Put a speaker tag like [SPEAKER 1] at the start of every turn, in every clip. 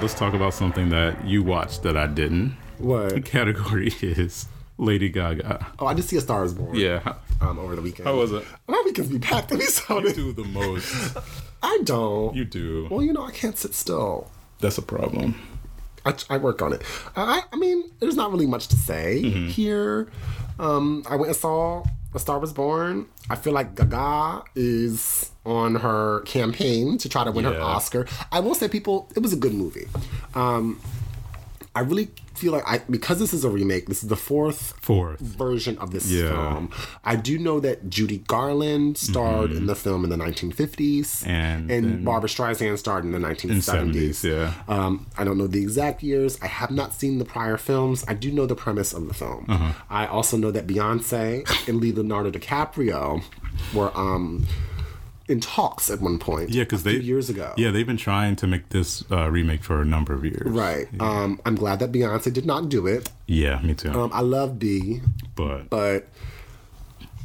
[SPEAKER 1] Let's talk about something that you watched that I didn't. The
[SPEAKER 2] What?
[SPEAKER 1] category is Lady Gaga.
[SPEAKER 2] Oh, I did see a Star is Born.
[SPEAKER 1] Yeah. How,
[SPEAKER 2] Um, over the weekend.
[SPEAKER 1] how was it?
[SPEAKER 2] My weekends be packed. Let me so
[SPEAKER 1] You do the most.
[SPEAKER 2] I don't.
[SPEAKER 1] You do.
[SPEAKER 2] well, you know, I can't sit still.
[SPEAKER 1] That's a problem.
[SPEAKER 2] I, I work on it. I, I mean, there's not really much to say
[SPEAKER 1] Mm-hmm.
[SPEAKER 2] here. Um, I went and saw A Star Was Born. I feel like Gaga is on her campaign to try to win her
[SPEAKER 1] Yeah.
[SPEAKER 2] Oscar. I will say, people, it was a good movie. Um, I really feel like I because this is a remake. This is the fourth
[SPEAKER 1] Fourth.
[SPEAKER 2] version of this
[SPEAKER 1] Yeah.
[SPEAKER 2] film. I do know that Judy Garland starred in the film in the 1950s,
[SPEAKER 1] Mm-hmm. And then-
[SPEAKER 2] Barbara Streisand starred in the 1970s.
[SPEAKER 1] 70s, yeah.
[SPEAKER 2] Um, I don't know the exact years. I have not seen the prior films. I do know the premise of the film.
[SPEAKER 1] Uh-huh.
[SPEAKER 2] I also know that Beyonce and Leonardo DiCaprio were um, in talks at one point.
[SPEAKER 1] Yeah, because
[SPEAKER 2] a
[SPEAKER 1] they
[SPEAKER 2] few years ago.
[SPEAKER 1] Yeah, they've been trying to make this uh, remake for a number of years.
[SPEAKER 2] Right. Um, I'm glad that Beyonce did not do it.
[SPEAKER 1] Yeah, me too.
[SPEAKER 2] Um, I love B,
[SPEAKER 1] but,
[SPEAKER 2] but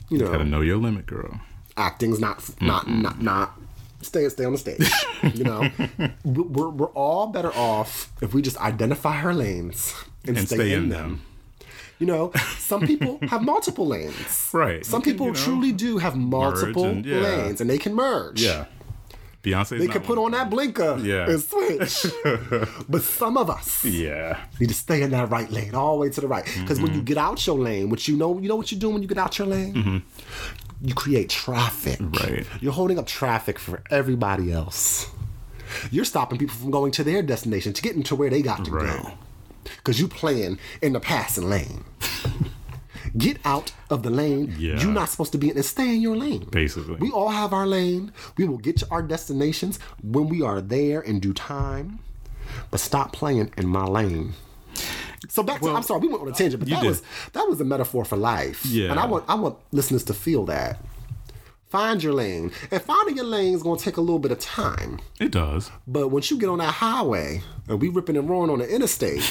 [SPEAKER 2] you know,
[SPEAKER 1] gotta know your limit, girl.
[SPEAKER 2] acting's not not not not stay stay on the stage. you know, we're we're- we're all better off if we just identify our lanes and,
[SPEAKER 1] And
[SPEAKER 2] stay, in them. You know, some people have multiple lanes.
[SPEAKER 1] Right.
[SPEAKER 2] Some
[SPEAKER 1] You can,
[SPEAKER 2] people
[SPEAKER 1] you know,
[SPEAKER 2] truly do have multiple
[SPEAKER 1] and- yeah.
[SPEAKER 2] lanes, and they can merge.
[SPEAKER 1] Yeah. Beyonce.
[SPEAKER 2] They can put on that blinker
[SPEAKER 1] Yeah.
[SPEAKER 2] and switch. but some of us
[SPEAKER 1] Yeah.
[SPEAKER 2] need to stay in that right lane, all the way to the right. Because when you
[SPEAKER 1] Mm-hmm.
[SPEAKER 2] get out your lane, which you know, you know what you do when you get out your lane. You create traffic.
[SPEAKER 1] Mm-hmm. Right.
[SPEAKER 2] You're holding up traffic for everybody else. You're stopping people from going to their destination to get into where they got to
[SPEAKER 1] Right.
[SPEAKER 2] go. Because you playing in the passing lane. get out of the lane
[SPEAKER 1] Yeah.
[SPEAKER 2] you're not supposed to be in and stay in your lane.
[SPEAKER 1] Basically.
[SPEAKER 2] We all have our lane. We will get to our destinations when we are there in due time. But stop playing in my lane. So back to I'm sorry, we went on a tangent, but
[SPEAKER 1] you
[SPEAKER 2] that
[SPEAKER 1] did.
[SPEAKER 2] was that was a metaphor for life.
[SPEAKER 1] Yeah.
[SPEAKER 2] And I want I want listeners to feel that. Find your lane. And finding your lane is gonna take a little bit of time.
[SPEAKER 1] It does.
[SPEAKER 2] But once you get on that highway and we ripping and roaring on the interstate,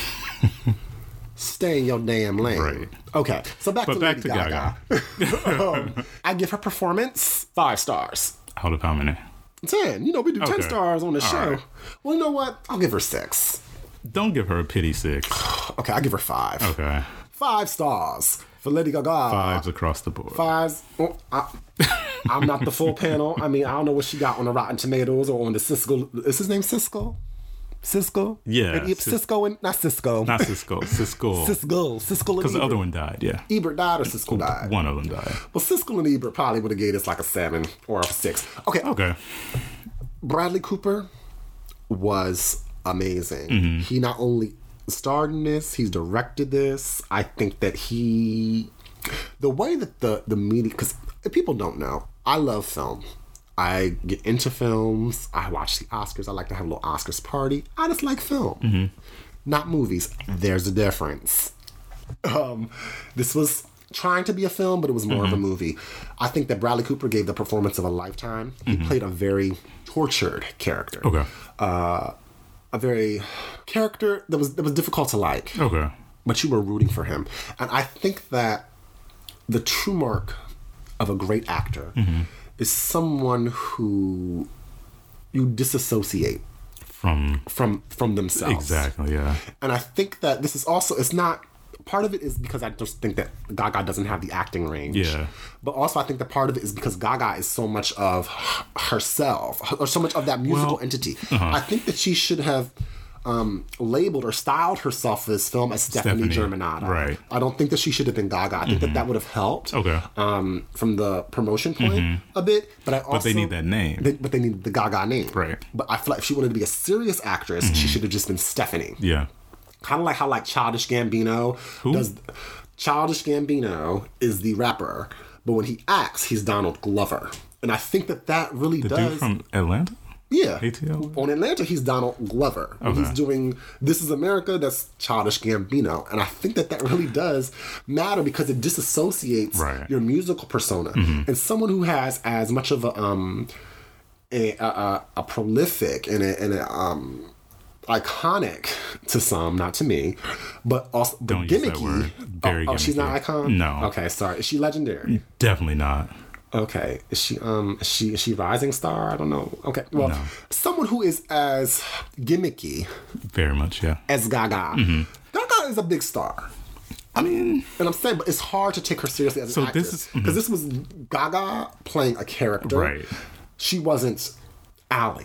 [SPEAKER 2] stay in your damn lane.
[SPEAKER 1] Right.
[SPEAKER 2] Okay. So back
[SPEAKER 1] But
[SPEAKER 2] to
[SPEAKER 1] back
[SPEAKER 2] Lady
[SPEAKER 1] to
[SPEAKER 2] Gaga. Um, I give her performance five stars.
[SPEAKER 1] Out of how many?
[SPEAKER 2] Ten. You know, we do ten
[SPEAKER 1] Okay.
[SPEAKER 2] stars on the
[SPEAKER 1] All
[SPEAKER 2] show.
[SPEAKER 1] right.
[SPEAKER 2] Well, you know what? I'll give her six.
[SPEAKER 1] Don't give her a pity six.
[SPEAKER 2] Okay, I'll give her five.
[SPEAKER 1] Okay.
[SPEAKER 2] Five stars for Lady Gaga.
[SPEAKER 1] Fives across the board.
[SPEAKER 2] Fives. Oh, I, I'm not the full panel. I mean, I don't know what she got on the Rotten Tomatoes or on the Cisco. Is his name Cisco? Cisco?
[SPEAKER 1] Yeah,
[SPEAKER 2] And Ib-
[SPEAKER 1] Cis-
[SPEAKER 2] Cisco and not Cisco.
[SPEAKER 1] Not Cisco. Cisco. Oh, Because
[SPEAKER 2] Cisco. Cisco and
[SPEAKER 1] the
[SPEAKER 2] Ebert.
[SPEAKER 1] other one died. Yeah.
[SPEAKER 2] Ebert died or Cisco died?
[SPEAKER 1] One of them died.
[SPEAKER 2] Well, Cisco and Ebert probably would have gave us like a seven or a six. Okay.
[SPEAKER 1] Okay.
[SPEAKER 2] Bradley Cooper was amazing. He not only starred in this, he's directed this. I think that he, the way that the the media, because people don't know, I love film. I get into films. I watch the Oscars. I like to have a little Oscars party. I just like film, not movies. There's a difference. Um, this was trying to be a film, but it was more of a movie. I think that Bradley Cooper gave the performance of a lifetime. He played a very tortured character.
[SPEAKER 1] Okay.
[SPEAKER 2] Uh, a very character that was that was difficult to like,
[SPEAKER 1] Okay.
[SPEAKER 2] but you were rooting for him. And I think that the true mark of a great actor is someone who you disassociate
[SPEAKER 1] From.
[SPEAKER 2] from from themselves.
[SPEAKER 1] Exactly. Yeah.
[SPEAKER 2] And I think that this is also it's not part of it is because I just think that Gaga doesn't have the acting range.
[SPEAKER 1] Yeah.
[SPEAKER 2] But also I think that part of it is because Gaga is so much of h- herself or so much of that musical entity.
[SPEAKER 1] uh-huh.
[SPEAKER 2] I think that she should have um, labeled or styled herself for this film as Stephanie,
[SPEAKER 1] Stephanie,
[SPEAKER 2] Germanata.
[SPEAKER 1] right. Mm-hmm.
[SPEAKER 2] I don't think that she should have been Gaga. I think that that would have helped.
[SPEAKER 1] Okay. Mm-hmm.
[SPEAKER 2] Um, from the promotion point a bit, but I also
[SPEAKER 1] But they need that name.
[SPEAKER 2] they- but they need the Gaga name.
[SPEAKER 1] Right. Mm-hmm.
[SPEAKER 2] But I feel like if she wanted to be a serious actress, she should have just been Stephanie.
[SPEAKER 1] yeah.
[SPEAKER 2] Kind of like how like Childish Gambino does. Childish Gambino is the rapper, but when he acts, he's Donald Glover. And I think that that really
[SPEAKER 1] Dude
[SPEAKER 2] does.
[SPEAKER 1] from Atlanta.
[SPEAKER 2] yeah.
[SPEAKER 1] ATL?
[SPEAKER 2] On Atlanta, he's Donald Glover. When he's doing This Is America, that's Childish Gambino. And I think that that really does matter because it disassociates
[SPEAKER 1] Right. Mm-hmm.
[SPEAKER 2] your musical persona. And someone who has as much of a. Um, a, a- a, a prolific and a, and a um, iconic to some, not to me, but also but
[SPEAKER 1] Don't use
[SPEAKER 2] gimmicky.
[SPEAKER 1] that word. Very
[SPEAKER 2] oh, oh, she's not
[SPEAKER 1] gimmicky.
[SPEAKER 2] icon.
[SPEAKER 1] No.
[SPEAKER 2] Okay, sorry. Is she legendary?
[SPEAKER 1] Definitely not.
[SPEAKER 2] Okay. Is she um is she is she rising star? I don't know. Okay. Well,
[SPEAKER 1] No.
[SPEAKER 2] someone who is as gimmicky
[SPEAKER 1] Very much, yeah.
[SPEAKER 2] as Gaga.
[SPEAKER 1] Mm-hmm.
[SPEAKER 2] Gaga is a big star.
[SPEAKER 1] I mean,
[SPEAKER 2] And I'm saying, but it's hard to take her seriously as an
[SPEAKER 1] So
[SPEAKER 2] actress.
[SPEAKER 1] this is- mm-hmm.
[SPEAKER 2] because this was Gaga playing a character.
[SPEAKER 1] Right.
[SPEAKER 2] She wasn't Ally,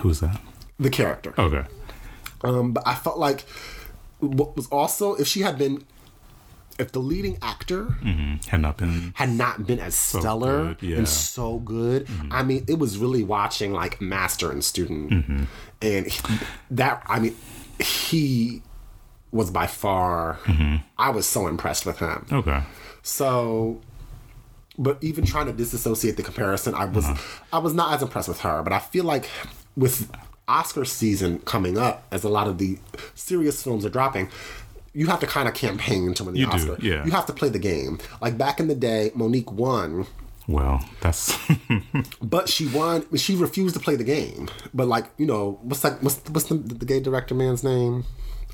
[SPEAKER 1] who's that?
[SPEAKER 2] the character.
[SPEAKER 1] Okay.
[SPEAKER 2] Um, but I felt like what was also if she had been, if the leading actor
[SPEAKER 1] hmm Had not been.
[SPEAKER 2] had not been as stellar
[SPEAKER 1] good, yeah. Mm-hmm.
[SPEAKER 2] and so good. I mean, it was really watching like master and student,
[SPEAKER 1] Mm-hmm.
[SPEAKER 2] and he- that I mean, he was by far.
[SPEAKER 1] Mm-hmm.
[SPEAKER 2] I was so impressed with him.
[SPEAKER 1] Okay.
[SPEAKER 2] So, but even trying to disassociate the comparison, I was
[SPEAKER 1] Uh-huh.
[SPEAKER 2] I was not as impressed with her. But I feel like with Oscar season coming up, as a lot of the serious films are dropping. You have to kind of campaign to win the
[SPEAKER 1] You do,
[SPEAKER 2] Oscar.
[SPEAKER 1] yeah.
[SPEAKER 2] You have to play the game. Like back in the day, Monique won,
[SPEAKER 1] Well, that's.
[SPEAKER 2] but she won. She refused to play the game. But like you know, what's that? What's what's the, the gay director man's name?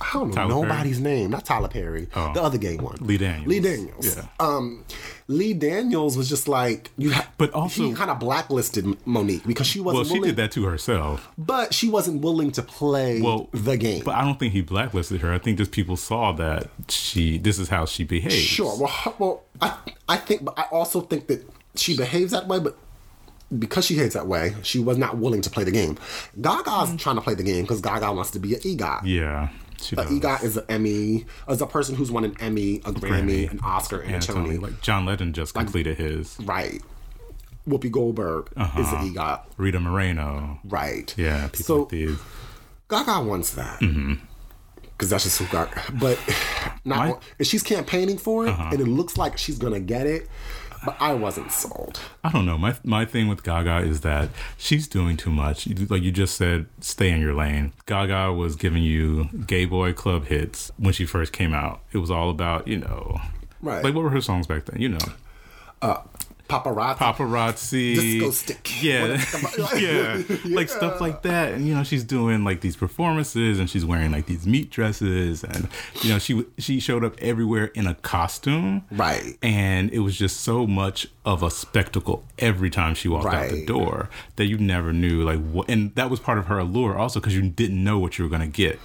[SPEAKER 2] I don't know
[SPEAKER 1] Tyler Perry? Oh.
[SPEAKER 2] nobody's name. Not Tyler Perry. The other gay one.
[SPEAKER 1] Lee Daniels.
[SPEAKER 2] Lee Daniels.
[SPEAKER 1] Yeah.
[SPEAKER 2] Um, Lee Daniels was just like you. Ha-
[SPEAKER 1] But also-
[SPEAKER 2] he kind of blacklisted Monique because she
[SPEAKER 1] well,
[SPEAKER 2] wasn't.
[SPEAKER 1] she did
[SPEAKER 2] willing,
[SPEAKER 1] that to herself.
[SPEAKER 2] but she wasn't willing to play
[SPEAKER 1] Well,
[SPEAKER 2] the game.
[SPEAKER 1] But I don't think he blacklisted her. I think just people saw that she. This is how she behaves.
[SPEAKER 2] Sure. Well, her- well, I I think, but I also think that she behaves that way, but because she behaves that way, she was not willing to play the game. Gaga's trying to play the game because Gaga wants to be an E EGOT.
[SPEAKER 1] Mm. Yeah. She does.
[SPEAKER 2] EGOT E is an Emmy, is a person who's won an Emmy, a Grammy, an Oscar, and
[SPEAKER 1] Yeah,
[SPEAKER 2] a
[SPEAKER 1] totally.
[SPEAKER 2] Tony.
[SPEAKER 1] Like John Legend just completed his.
[SPEAKER 2] Right. Whoopi Goldberg is an EGOT.
[SPEAKER 1] Rita Moreno.
[SPEAKER 2] Right.
[SPEAKER 1] Uh-huh. Yeah. People Mm-hmm.
[SPEAKER 2] So-
[SPEAKER 1] like these.
[SPEAKER 2] Gaga wants that. Cause that's just who Gaga. But not
[SPEAKER 1] My-
[SPEAKER 2] on- and she's campaigning for it,
[SPEAKER 1] Uh-huh.
[SPEAKER 2] and it looks like she's gonna get it. But I wasn't sold.
[SPEAKER 1] I don't know. My my thing with Gaga is that she's doing too much. You- Like you just said, stay in your lane. Gaga was giving you gay boy club hits when she first came out. It was all about you know,
[SPEAKER 2] Right.
[SPEAKER 1] Like what were her songs back then? You know,
[SPEAKER 2] Paparazzi.
[SPEAKER 1] paparazzi,
[SPEAKER 2] Disco stick.
[SPEAKER 1] yeah, yeah, like stuff like that. And you know, she's doing like these performances, and she's wearing like these meat dresses, and you know, she w- she showed up everywhere in a costume,
[SPEAKER 2] Right.
[SPEAKER 1] and it was just so much of a spectacle every time she walked out the
[SPEAKER 2] Right.
[SPEAKER 1] door that you never knew like what and that was part of her allure also because you didn't know what you were going to get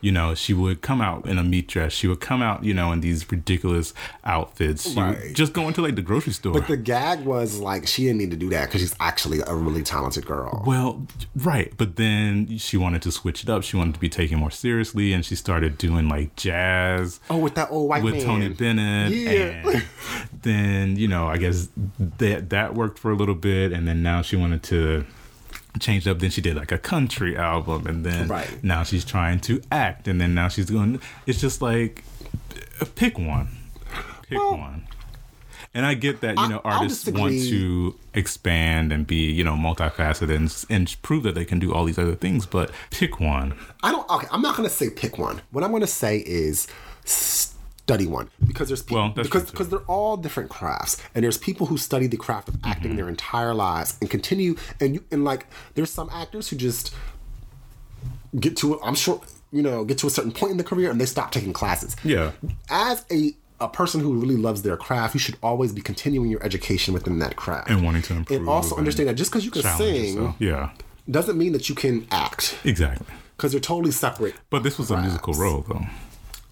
[SPEAKER 1] you know she would come out in a meat dress she would come out you know in these ridiculous outfits she would
[SPEAKER 2] Right.
[SPEAKER 1] just go into like the grocery store
[SPEAKER 2] The gag was like she didn't need to do that because she's actually a really talented girl.
[SPEAKER 1] well right but then she wanted to switch it up she wanted to be taken more seriously and she started doing like jazz
[SPEAKER 2] Oh, with that old white
[SPEAKER 1] with
[SPEAKER 2] man.
[SPEAKER 1] Tony Bennett.
[SPEAKER 2] Yeah.
[SPEAKER 1] And then, you know, I guess that that worked for a little bit and then now she wanted to change up. Then she did like a country album and then
[SPEAKER 2] Right.
[SPEAKER 1] now she's trying to act and then now she's going it's just like pick one. Pick one. And I get that, you know,
[SPEAKER 2] I'll
[SPEAKER 1] artists want
[SPEAKER 2] disagree.
[SPEAKER 1] to expand and be, you know, multifaceted and, and prove that they can do all these other things, but pick one.
[SPEAKER 2] I don't. Okay, I'm not gonna say pick one. What I'm gonna say is study one because there's people
[SPEAKER 1] Well, that's
[SPEAKER 2] because
[SPEAKER 1] true, too.
[SPEAKER 2] because they're all different crafts and there's people who study the craft of acting
[SPEAKER 1] Mm-hmm.
[SPEAKER 2] their entire lives and continue and you and like there's some actors who just get to I'm sure you know get to a certain point in the career and they stop taking classes.
[SPEAKER 1] Yeah.
[SPEAKER 2] As a a person who really loves their craft, you should always be continuing your education within that craft
[SPEAKER 1] And wanting to improve
[SPEAKER 2] And also
[SPEAKER 1] and
[SPEAKER 2] understand that just because you can
[SPEAKER 1] Challenge
[SPEAKER 2] sing
[SPEAKER 1] yourself. Yeah.
[SPEAKER 2] doesn't mean that you can act
[SPEAKER 1] Exactly.
[SPEAKER 2] because they're totally separate.
[SPEAKER 1] But this was a musical role, though.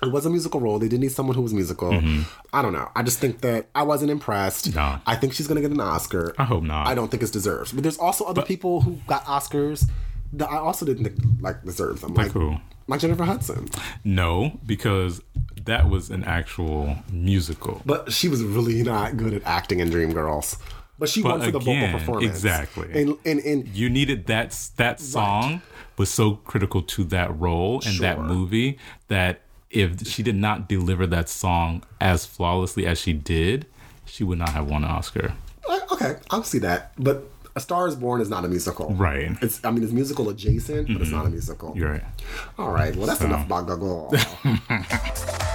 [SPEAKER 2] It was a musical role. They did need someone who was musical.
[SPEAKER 1] Mm-hmm.
[SPEAKER 2] I don't know. I just think that I wasn't impressed.
[SPEAKER 1] No.
[SPEAKER 2] I think she's gonna get an Oscar.
[SPEAKER 1] I hope not.
[SPEAKER 2] I don't think it's deserved. But there's also other people who got Oscars that I also didn't think, like deserve them. Like
[SPEAKER 1] who?
[SPEAKER 2] Like Jennifer Hudson.
[SPEAKER 1] No, because that was an actual musical.
[SPEAKER 2] But she was really not good at acting in Dreamgirls. But she won for the
[SPEAKER 1] again,
[SPEAKER 2] vocal performance.
[SPEAKER 1] exactly.
[SPEAKER 2] And and, and
[SPEAKER 1] You needed that s- that song was so critical to that role and that
[SPEAKER 2] Sure.
[SPEAKER 1] movie that if she did not deliver that song as flawlessly as she did, she would not have won an Oscar.
[SPEAKER 2] uh, okay, I'll see that. But A Star is Born is not a musical.
[SPEAKER 1] Right. Mm-hmm.
[SPEAKER 2] It's I mean it's musical adjacent, but it's not a musical.
[SPEAKER 1] You're right.
[SPEAKER 2] All right. Well, that's enough about Gaga.